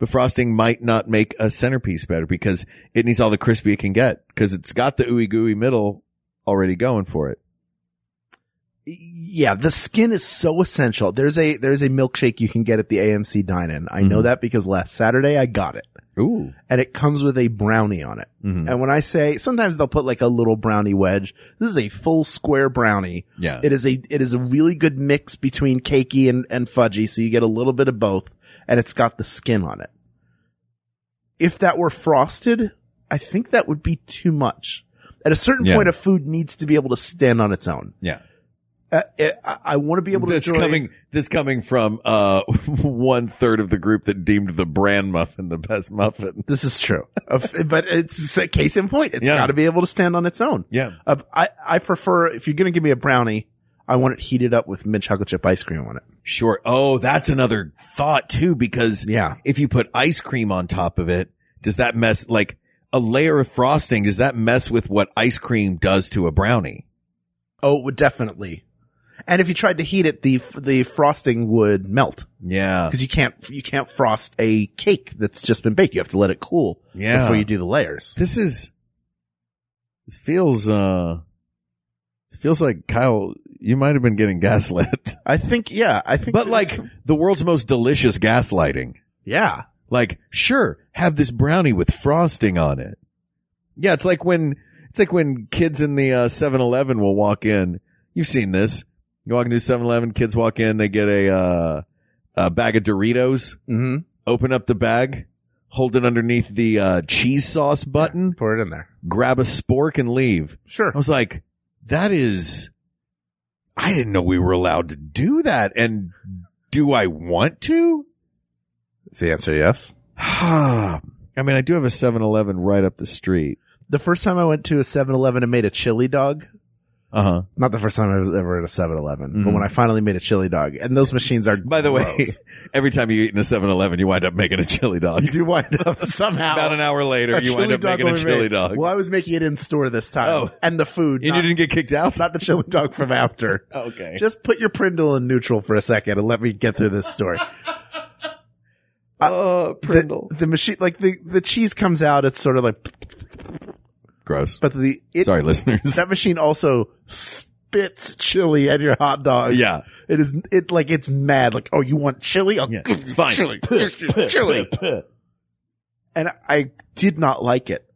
Speaker 2: but frosting might not make a centerpiece better because it needs all the crispy it can get because it's got the ooey gooey middle already going for it.
Speaker 3: yeah. The skin is so essential. There's a there's a milkshake you can get at the AMC dine-in. I know
Speaker 2: Mhm.
Speaker 3: that because last Saturday I got it,
Speaker 2: Ooh.
Speaker 3: and it comes with a brownie on it. And when I say sometimes they'll put like a little brownie wedge. This is a full square brownie.
Speaker 2: Yeah.
Speaker 3: It is a it is a really good mix between cakey and and fudgy, so you get a little bit of both, and it's got the skin on it. If that were frosted, I think that would be too much. At a certain
Speaker 2: Yeah.
Speaker 3: point, a food needs to be able to stand on its own.
Speaker 2: yeah.
Speaker 3: Uh, it, I, I want to be able to.
Speaker 2: That's
Speaker 3: enjoy-
Speaker 2: coming, this coming from, uh, one third of the group that deemed the bran muffin the best muffin.
Speaker 3: This is true, Of- but it's a case in point. It's
Speaker 2: Yeah.
Speaker 3: got to be able to stand on its own.
Speaker 2: Yeah.
Speaker 3: Uh, I I prefer if you're gonna give me a brownie, I want it heated up with mint chocolate chip ice cream on it.
Speaker 2: Sure. Oh, that's another thought too, because
Speaker 3: Yeah.
Speaker 2: if you put ice cream on top of it, does that mess, like a layer of frosting, does that mess with what ice cream does to a brownie?
Speaker 3: Oh, it would definitely. And if you tried to heat it, the the frosting would melt
Speaker 2: Yeah.
Speaker 3: because you can't you can't frost a cake that's just been baked. You have to let it cool
Speaker 2: Yeah.
Speaker 3: before you do the layers.
Speaker 2: this is this feels uh it feels like Kyle you might have been getting gaslit
Speaker 3: I think yeah, I think
Speaker 2: but
Speaker 3: it
Speaker 2: like
Speaker 3: is-
Speaker 2: the world's most delicious gaslighting
Speaker 3: yeah.
Speaker 2: like sure have this brownie with frosting on it yeah it's like when it's like when kids in the uh 7-Eleven will walk in you've seen this you walk into 7-Eleven kids walk in they get a uh a bag of Doritos
Speaker 3: Mm-hmm.
Speaker 2: open up the bag hold it underneath the uh cheese sauce button
Speaker 3: Pour it in there.
Speaker 2: grab a spork and leave
Speaker 3: Sure.
Speaker 2: I was like, that is, I didn't know we were allowed to do that. And do I want to?
Speaker 3: Is the answer yes?
Speaker 2: I mean, I do have a 7 Eleven right up the street.
Speaker 3: The first time I went to a 7-Eleven and made a chili dog.
Speaker 2: Uh huh.
Speaker 3: Not the first time I was ever at a 7-Eleven, but
Speaker 2: Mhm.
Speaker 3: when I finally made a chili dog, and those machines are
Speaker 2: By the way,
Speaker 3: gross.
Speaker 2: every time you eat in a 7 Eleven, you wind up making a chili dog.
Speaker 3: you do wind up somehow
Speaker 2: About an hour later,
Speaker 3: a
Speaker 2: you wind
Speaker 3: chili
Speaker 2: up
Speaker 3: dog
Speaker 2: making a
Speaker 3: will be
Speaker 2: chili
Speaker 3: made.
Speaker 2: dog.
Speaker 3: Well, I was making it in store this time,
Speaker 2: Oh.
Speaker 3: and the food,
Speaker 2: And
Speaker 3: not,
Speaker 2: you didn't get kicked out?
Speaker 3: not the chili dog from after.
Speaker 2: okay.
Speaker 3: Just put your Prindle in neutral for a second and let me get through this story.
Speaker 2: uh,
Speaker 3: the, the machine, like the the cheese comes out, it's sort of like,
Speaker 2: Gross.
Speaker 3: but the it,
Speaker 2: Sorry, listeners.
Speaker 3: that machine also spits chili at your hot dog.
Speaker 2: yeah.
Speaker 3: it is. It like it's mad. Like, oh, you want chili? I'll
Speaker 2: Yeah.
Speaker 3: give you
Speaker 2: Fine.
Speaker 3: chili, chili. And I did not like it.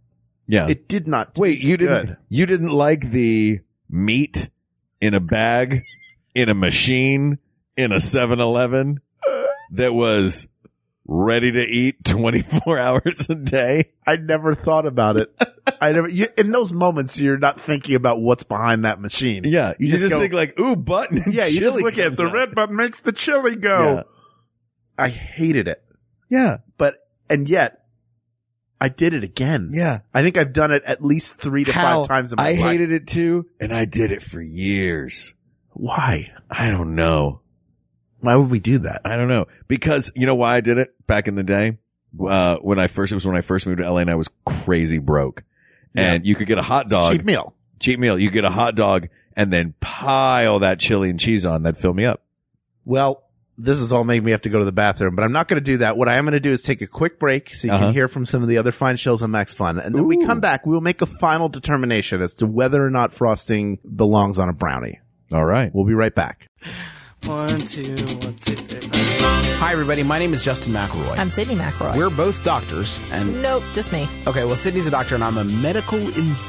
Speaker 2: Yeah.
Speaker 3: It did not.
Speaker 2: Uh, Wait,
Speaker 3: taste
Speaker 2: you didn't
Speaker 3: good.
Speaker 2: you didn't like the meat in a bag, in a machine, in a 7-Eleven that was ready to eat 24 hours a day?
Speaker 3: I never thought about it. I never. You, in those moments, you're not thinking about what's behind that machine.
Speaker 2: Yeah, you,
Speaker 3: You
Speaker 2: just,
Speaker 3: just go-
Speaker 2: think like, "Ooh, button." and
Speaker 3: yeah. You just
Speaker 2: chili
Speaker 3: look at it.
Speaker 2: comes
Speaker 3: the
Speaker 2: out.
Speaker 3: red button makes the chili go. I hated it,
Speaker 2: Yeah.
Speaker 3: but and yet I did it again.
Speaker 2: Yeah.
Speaker 3: I think I've done it at least three to
Speaker 2: How?
Speaker 3: five times in my
Speaker 2: I
Speaker 3: life.
Speaker 2: hated it too, and I did it for years.
Speaker 3: Why?
Speaker 2: I don't know.
Speaker 3: Why would we do that?
Speaker 2: I don't know because you know why I did it back in the day. Uh, when I first, it was when I first moved to LA and I was crazy broke and you could get a hot dog,
Speaker 3: Cheap meal.
Speaker 2: cheap meal. You get a hot dog and then pile that chili and cheese on that'd fill me up.
Speaker 3: Well, this is all making me have to go to the bathroom, but I'm not going to do that. What I am going to do is take a quick break so you
Speaker 2: Uh-huh.
Speaker 3: can hear from some of the other fine shows on Max Fun. And then we come back, we'll make a final determination as to whether or not frosting belongs on a brownie.
Speaker 2: All right.
Speaker 3: We'll be right back.
Speaker 4: One, two, one, two, three. four.
Speaker 5: Hi, everybody. My name is Justin McElroy.
Speaker 6: I'm Sydney McElroy.
Speaker 5: We're both doctors, and
Speaker 6: nope, just me.
Speaker 5: okay, well, Sydney's a doctor, and I'm a medical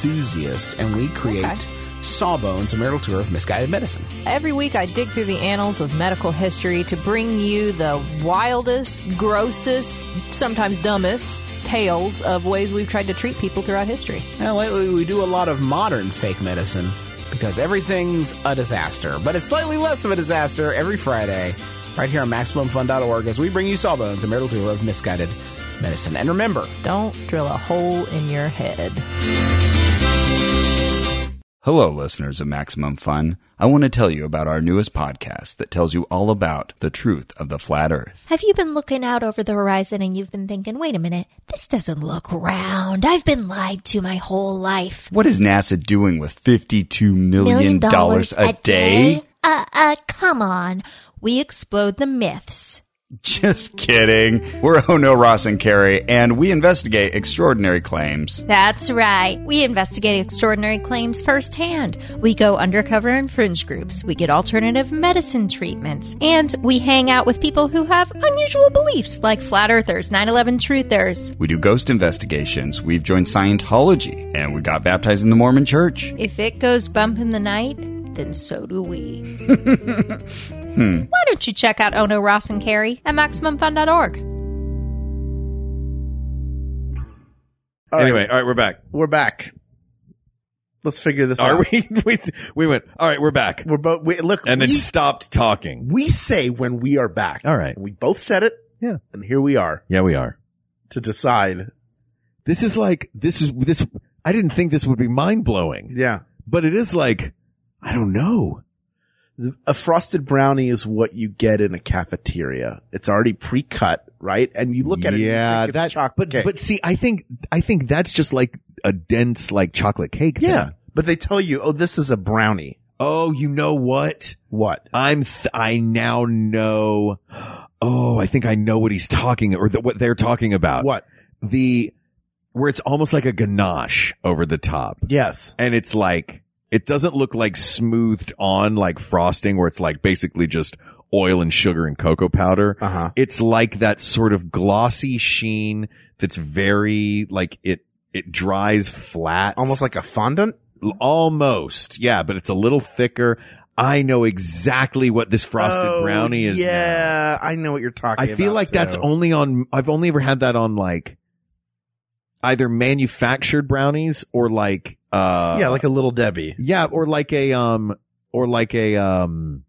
Speaker 5: enthusiast, and we create
Speaker 6: Okay.
Speaker 5: Sawbones, a marital tour of misguided medicine.
Speaker 6: Every week I dig through the annals of medical history to bring you the wildest, grossest, sometimes dumbest tales of ways we've tried to treat people throughout history.
Speaker 5: Now, lately, we do a lot of modern fake medicine because everything's a disaster, but it's slightly less of a disaster every Friday, right here on MaximumFun.org, as we bring you Sawbones, a marital tour of misguided medicine. And remember,
Speaker 6: Don't drill a hole in your head.
Speaker 7: Hello, listeners of Maximum Fun. I want to tell you about our newest podcast that tells you all about the truth of the flat earth.
Speaker 8: Have you been looking out over the horizon and you've been thinking, wait a minute, this doesn't look round. I've been lied to my whole life.
Speaker 7: What is NASA doing with $52 million, a day?
Speaker 8: Uh, uh, come on. We explode the myths.
Speaker 7: Just kidding. We're Oh No Ross and Carrie, and we investigate extraordinary claims.
Speaker 8: That's right. We investigate extraordinary claims firsthand. We go undercover in fringe groups. We get alternative medicine treatments. And we hang out with people who have unusual beliefs like flat earthers, 9 11 truthers.
Speaker 7: We do ghost investigations. We've joined Scientology, and we got baptized in the Mormon Church.
Speaker 8: If it goes bump in the night, then so do we. Why don't you check out Ono Ross and Carrie at MaximumFun.org?
Speaker 3: All right.
Speaker 2: anyway, all right, we're back.
Speaker 3: We're back. Let's figure this out.
Speaker 2: Are we, we? We went. All right, we're back.
Speaker 3: We're both, we, look,
Speaker 2: And then
Speaker 3: we,
Speaker 2: stopped talking.
Speaker 3: we say when we are back.
Speaker 2: All right.
Speaker 3: We both said it.
Speaker 2: Yeah.
Speaker 3: And here we are
Speaker 2: Yeah, we are.
Speaker 3: to decide.
Speaker 2: This is like this is this. I didn't think this would be mind blowing,
Speaker 3: Yeah.
Speaker 2: but it is like I don't know.
Speaker 3: a frosted brownie is what you get in a cafeteria. It's already pre-cut, right? And you look at it,
Speaker 2: yeah,
Speaker 3: and you think
Speaker 2: that
Speaker 3: it's chocolate
Speaker 2: But
Speaker 3: cake.
Speaker 2: but see, I think I think that's just like a dense like chocolate cake. thing.
Speaker 3: yeah, but they tell you, oh, this is a brownie.
Speaker 2: Oh, you know what?
Speaker 3: What?
Speaker 2: I'm th- I now know. Oh, I think I know what he's talking or th- what they're talking about.
Speaker 3: What?
Speaker 2: the where it's almost like a ganache over the top.
Speaker 3: Yes.
Speaker 2: and it's like it doesn't look like smoothed on like frosting where it's like basically just oil and sugar and cocoa powder.
Speaker 3: Uh huh.
Speaker 2: It's like that sort of glossy sheen that's very like it it dries flat.
Speaker 3: Almost like a fondant.
Speaker 2: almost. Yeah, but it's a little thicker. I know exactly what this frosted
Speaker 3: Oh,
Speaker 2: brownie is. now.
Speaker 3: Yeah, I know what you're talking.
Speaker 2: I feel
Speaker 3: about,
Speaker 2: like that's
Speaker 3: too.
Speaker 2: only on I've only ever had that on like either manufactured brownies or like uh
Speaker 3: yeah, like a little Debbie.
Speaker 2: yeah, or like a um or like a um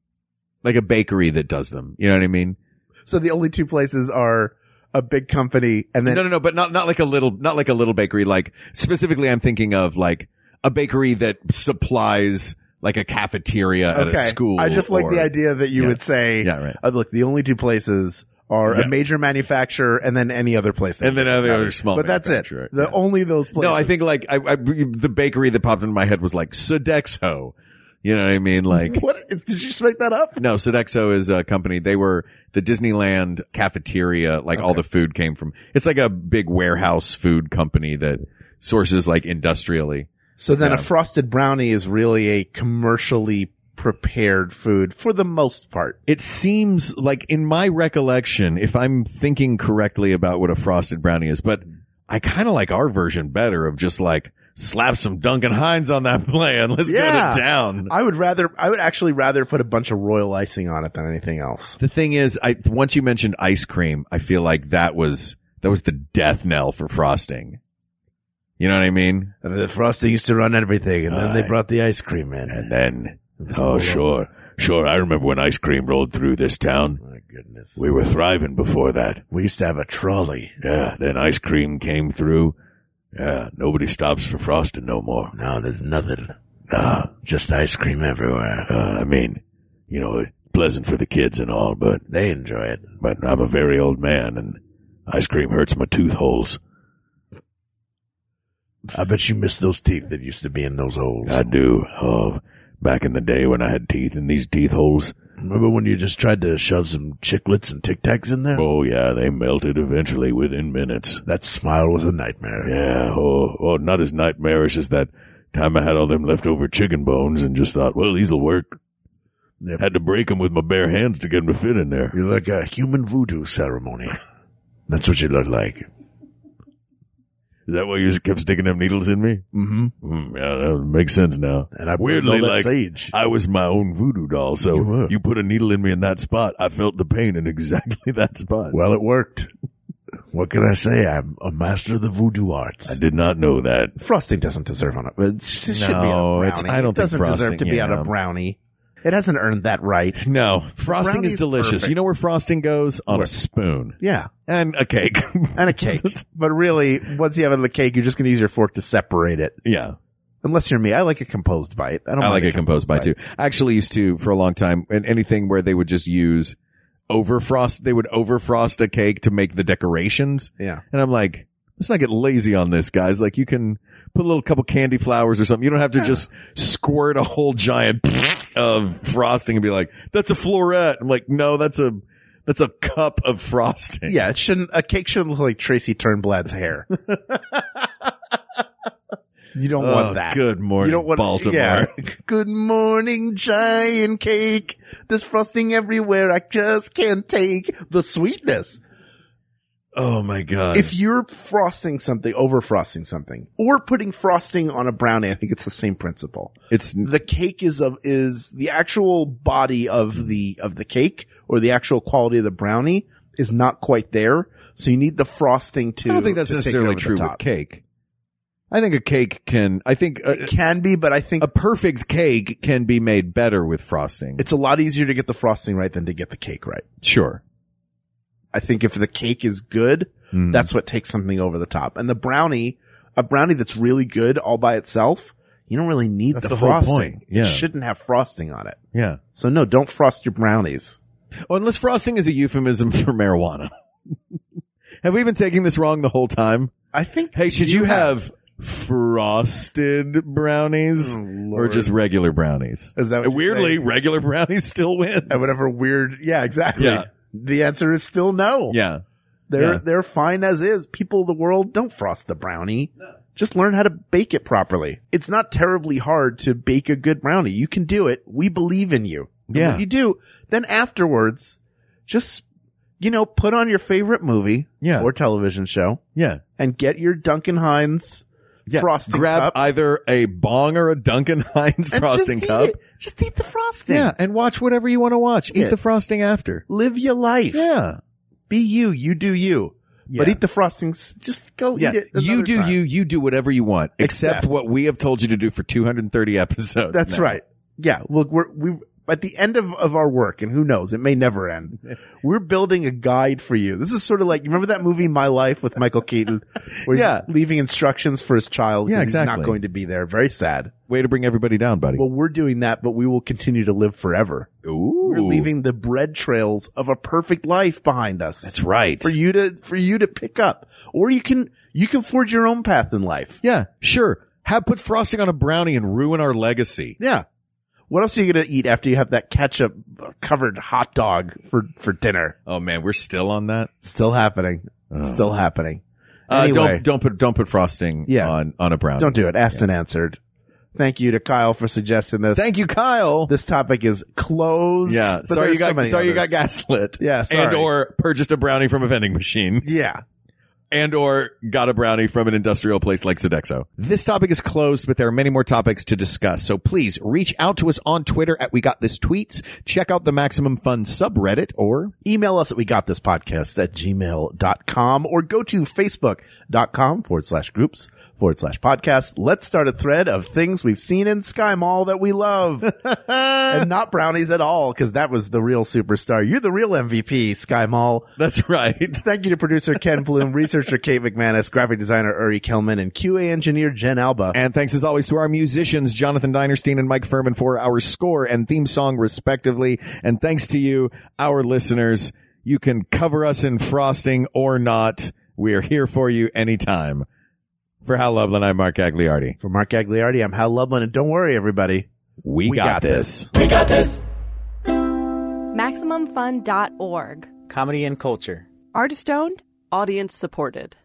Speaker 2: like a bakery that does them. You know what I mean?
Speaker 3: So the only two places are a big company and then
Speaker 2: no, no, no, but not not like a little not like a little bakery like specifically I'm thinking of like a bakery that supplies like a cafeteria at
Speaker 3: okay.
Speaker 2: a school.
Speaker 3: I just like
Speaker 2: or-
Speaker 3: the idea that you
Speaker 2: Yeah.
Speaker 3: would say,
Speaker 2: Yeah, right.
Speaker 3: uh, look, the only two places are
Speaker 2: Yeah.
Speaker 3: a major manufacturer and then any other place. that
Speaker 2: And then
Speaker 3: makes
Speaker 2: other
Speaker 3: brownies.
Speaker 2: small
Speaker 3: But that's it.
Speaker 2: manufacturer,
Speaker 3: The
Speaker 2: yeah.
Speaker 3: only those places.
Speaker 2: No, I think like I, I the bakery that popped into my head was like Sodexo. You know what I mean? Like
Speaker 3: What did you just make that up?
Speaker 2: No, Sodexo is a company. They were the Disneyland cafeteria. Like all the food came from. It's like a big warehouse food company that sources like industrially.
Speaker 3: So then
Speaker 2: Yeah.
Speaker 3: a frosted brownie is really a commercially prepared food for the most part.
Speaker 2: It seems like in my recollection, if I'm thinking correctly about what a frosted brownie is, but I kind of like our version better of just like slap some Duncan Hines on that plan. Let's
Speaker 3: Yeah.
Speaker 2: go to town.
Speaker 3: I would rather, I would actually rather put a bunch of royal icing on it than anything else.
Speaker 2: the thing is, I once you mentioned ice cream, I feel like that was that was the death knell for frosting. You know what I mean?
Speaker 3: The frosting used to run everything and
Speaker 2: then they
Speaker 3: brought the ice cream in.
Speaker 2: And then, oh, sure. Sure, I remember when ice cream rolled through this town.
Speaker 9: goodness. We were thriving before that. We used to have a trolley. Yeah, then ice cream came through. Yeah, nobody stops for frosting no more. No, there's nothing. Uh, just ice cream everywhere. Uh, I mean, you know, pleasant for the kids and all, but they enjoy it. But I'm a very old man, and ice cream hurts my tooth holes.
Speaker 3: I bet you miss those teeth that used to be in those holes.
Speaker 9: I do. Oh, back in the day when I had teeth in these teeth holes.
Speaker 3: Remember when you just tried to shove some chiclets and tic tacs in there?
Speaker 9: Oh yeah, they melted eventually within minutes.
Speaker 3: That smile was a nightmare.
Speaker 9: Yeah. Oh, oh not as nightmarish as that time I had all them leftover chicken bones and just thought, well, these'll work. Had to break them with my bare hands to get them to fit in there.
Speaker 3: You're like a human voodoo ceremony. That's what you look like.
Speaker 9: Is that why you just kept sticking them needles in me?
Speaker 3: Mm-hmm.
Speaker 9: Mm, yeah, that makes sense now.
Speaker 3: And I burned
Speaker 9: weirdly
Speaker 3: all that
Speaker 9: like
Speaker 3: sage.
Speaker 9: I was my own voodoo doll. So
Speaker 3: You were.
Speaker 9: you, put a needle in me in that spot, I felt the pain in exactly that spot.
Speaker 3: Well, it worked. What can I say? I'm a master of the voodoo arts.
Speaker 9: I did not know that.
Speaker 10: Frosting doesn't deserve on it. It sh- should be on a
Speaker 2: No,
Speaker 10: brownie.
Speaker 2: it's- I don't
Speaker 10: it doesn't
Speaker 2: think
Speaker 10: deserve to
Speaker 2: frosting,
Speaker 10: be
Speaker 2: yeah,
Speaker 10: on a
Speaker 2: no.
Speaker 10: brownie. It hasn't earned that right.
Speaker 2: No, frosting
Speaker 10: Brownie's
Speaker 2: is delicious.
Speaker 10: perfect.
Speaker 2: You know where frosting goes? On
Speaker 10: Where?
Speaker 2: a spoon
Speaker 10: Yeah,
Speaker 2: and a cake.
Speaker 10: and a cake. but really, once you have it on the cake, you're just going to use your fork to separate it.
Speaker 2: yeah.
Speaker 10: Unless you're me, I like a composed bite. I don't.
Speaker 2: I
Speaker 10: mind
Speaker 2: like
Speaker 10: a
Speaker 2: it composed by too. I actually used to for a long time and anything where they would just use overfrost, they would overfrost a cake to make the decorations.
Speaker 10: Yeah.
Speaker 2: And I'm like, let's not get lazy on this, guys. Like you can put a little couple candy flowers or something. You don't have to just squirt a whole giant of frosting and be like, that's a floret. I'm like, no, that's a, that's a cup of frosting.
Speaker 10: Yeah, it shouldn't. A cake shouldn't look like Tracy Turnblad's hair. you don't
Speaker 2: Oh,
Speaker 10: want that.
Speaker 2: Good morning,
Speaker 10: you don't want
Speaker 2: Baltimore.
Speaker 10: Yeah. Good morning, giant cake. There's frosting everywhere. I just can't take the sweetness.
Speaker 2: Oh my God.
Speaker 10: If you're frosting something, over frosting something, or putting frosting on a brownie, I think it's the same principle.
Speaker 2: it's
Speaker 10: The cake is of is the actual body of the of the cake or the actual quality of the brownie is not quite there. So you need the frosting to.
Speaker 2: I don't think that's
Speaker 10: to take it
Speaker 2: necessarily
Speaker 10: over the
Speaker 2: true with
Speaker 10: top.
Speaker 2: cake. I think a cake can. I think a,
Speaker 10: It can be, but I think
Speaker 2: a perfect cake can be made better with frosting.
Speaker 10: it's a lot easier to get the frosting right than to get the cake right.
Speaker 2: sure.
Speaker 10: I think if the cake is good,
Speaker 2: Hmm.
Speaker 10: that's what takes something over the top. And the brownie, a brownie that's really good all by itself, you don't really need
Speaker 2: That's
Speaker 10: the,
Speaker 2: the whole
Speaker 10: frosting.
Speaker 2: point. Yeah.
Speaker 10: It shouldn't have frosting on it.
Speaker 2: Yeah.
Speaker 10: So no, don't frost your brownies.
Speaker 2: Oh, unless frosting is a euphemism for marijuana. have we been taking this wrong the whole time?
Speaker 10: I think.
Speaker 2: Hey, should you, have, frosted brownies or just regular brownies?
Speaker 10: Oh, Is that what you
Speaker 2: Weirdly,
Speaker 10: say?
Speaker 2: regular brownies still win.
Speaker 10: at whatever weird? Yeah, exactly.
Speaker 2: Yeah.
Speaker 10: The answer is still no.
Speaker 2: Yeah.
Speaker 10: They're
Speaker 2: yeah.
Speaker 10: they're fine as is. People of the world don't frost the brownie. Just learn how to bake it properly. It's not terribly hard to bake a good brownie. You can do it. We believe in you. And
Speaker 2: Yeah.
Speaker 10: If you do, then afterwards, just you know, put on your favorite movie
Speaker 2: Yeah.
Speaker 10: or television show
Speaker 2: Yeah.
Speaker 10: and get your Duncan Hines
Speaker 2: Yeah.
Speaker 10: frosting
Speaker 2: Grab
Speaker 10: cup
Speaker 2: either a bong or a Duncan Hines
Speaker 10: and
Speaker 2: frosting
Speaker 10: just eat
Speaker 2: cup.
Speaker 10: it. Just eat the frosting.
Speaker 2: Yeah, and watch whatever you want to watch. Eat
Speaker 10: Yeah.
Speaker 2: the frosting after.
Speaker 10: Live your life.
Speaker 2: Yeah.
Speaker 10: Be you. You do you. But
Speaker 2: Yeah.
Speaker 10: eat the frostings. Just go
Speaker 2: Yeah.
Speaker 10: eat it.
Speaker 2: You
Speaker 10: another
Speaker 2: do
Speaker 10: time.
Speaker 2: you, you do whatever you want, except,
Speaker 10: Except-
Speaker 2: what we have told you to do for 230 episodes.
Speaker 10: That's
Speaker 2: now.
Speaker 10: right. Yeah. Well, we're, we at the end of, of our work, and who knows, it may never end. We're building a guide for you. This is sort of like, you remember that movie, My Life with Michael Keaton, where he's
Speaker 2: Yeah.
Speaker 10: leaving instructions for his child.
Speaker 2: Yeah,
Speaker 10: 'cause He's
Speaker 2: exactly.
Speaker 10: not going to be there. Very sad.
Speaker 2: Way to bring everybody down, buddy.
Speaker 10: Well, we're doing that, but we will continue to live forever.
Speaker 2: Ooh.
Speaker 10: We're leaving the bread trails of a perfect life behind us.
Speaker 2: That's right.
Speaker 10: For you to, for you to pick up. Or you can, you can forge your own path in life.
Speaker 2: Yeah, sure. Have put frosting on a brownie and ruin our legacy.
Speaker 10: Yeah. What else are you going to eat after you have that ketchup covered hot dog for, for dinner? Oh.
Speaker 2: Oh man, we're still on that.
Speaker 10: Still happening. Still happening.
Speaker 2: Uh,
Speaker 10: Anyway,
Speaker 2: don't don't put don't put frosting
Speaker 10: Yeah.
Speaker 2: on on a brownie.
Speaker 10: don't do it. Asked and answered. Thank you to Kyle for suggesting this.
Speaker 2: Thank you, Kyle.
Speaker 10: This topic is closed.
Speaker 2: yeah,
Speaker 10: but
Speaker 2: sorry
Speaker 10: there's
Speaker 2: you
Speaker 10: so
Speaker 2: got
Speaker 10: many
Speaker 2: sorry you got
Speaker 10: others.
Speaker 2: gaslit.
Speaker 10: Yeah, sorry.
Speaker 2: and or purchased a brownie from a vending machine.
Speaker 10: Yeah.
Speaker 2: and or got a brownie from an industrial place like Sodexo. This topic is closed, but there are many more topics to discuss. So please reach out to us on Twitter at We Got This Tweets. Check out the Maximum Fun subreddit or
Speaker 10: Email us at we got this podcast at gmail.com or go to facebook.com forward slash groups forward slash podcast. Let's start a thread of things we've seen in Sky Mall that we love and not brownies at all. Cause that was the real superstar. You're the real MVP, Sky Mall.
Speaker 2: That's right.
Speaker 10: Thank you to producer Ken Bloom, researcher Kate McManus, graphic designer Uri Kelman, and QA engineer Jen Alba.
Speaker 2: And thanks as always to our musicians, Jonathan Dinerstein and Mike Furman for our score and theme song respectively. And thanks to you, our listeners. You can cover us in frosting or not. We are here for you anytime. For Hal Loveland, I'm Mark Agliardi.
Speaker 10: For Mark Agliardi, I'm Hal Lublin. And don't worry, everybody.
Speaker 2: We, got, this.
Speaker 9: We got this.
Speaker 11: MaximumFun.org.
Speaker 12: Comedy and culture.
Speaker 5: Artist owned, audience supported.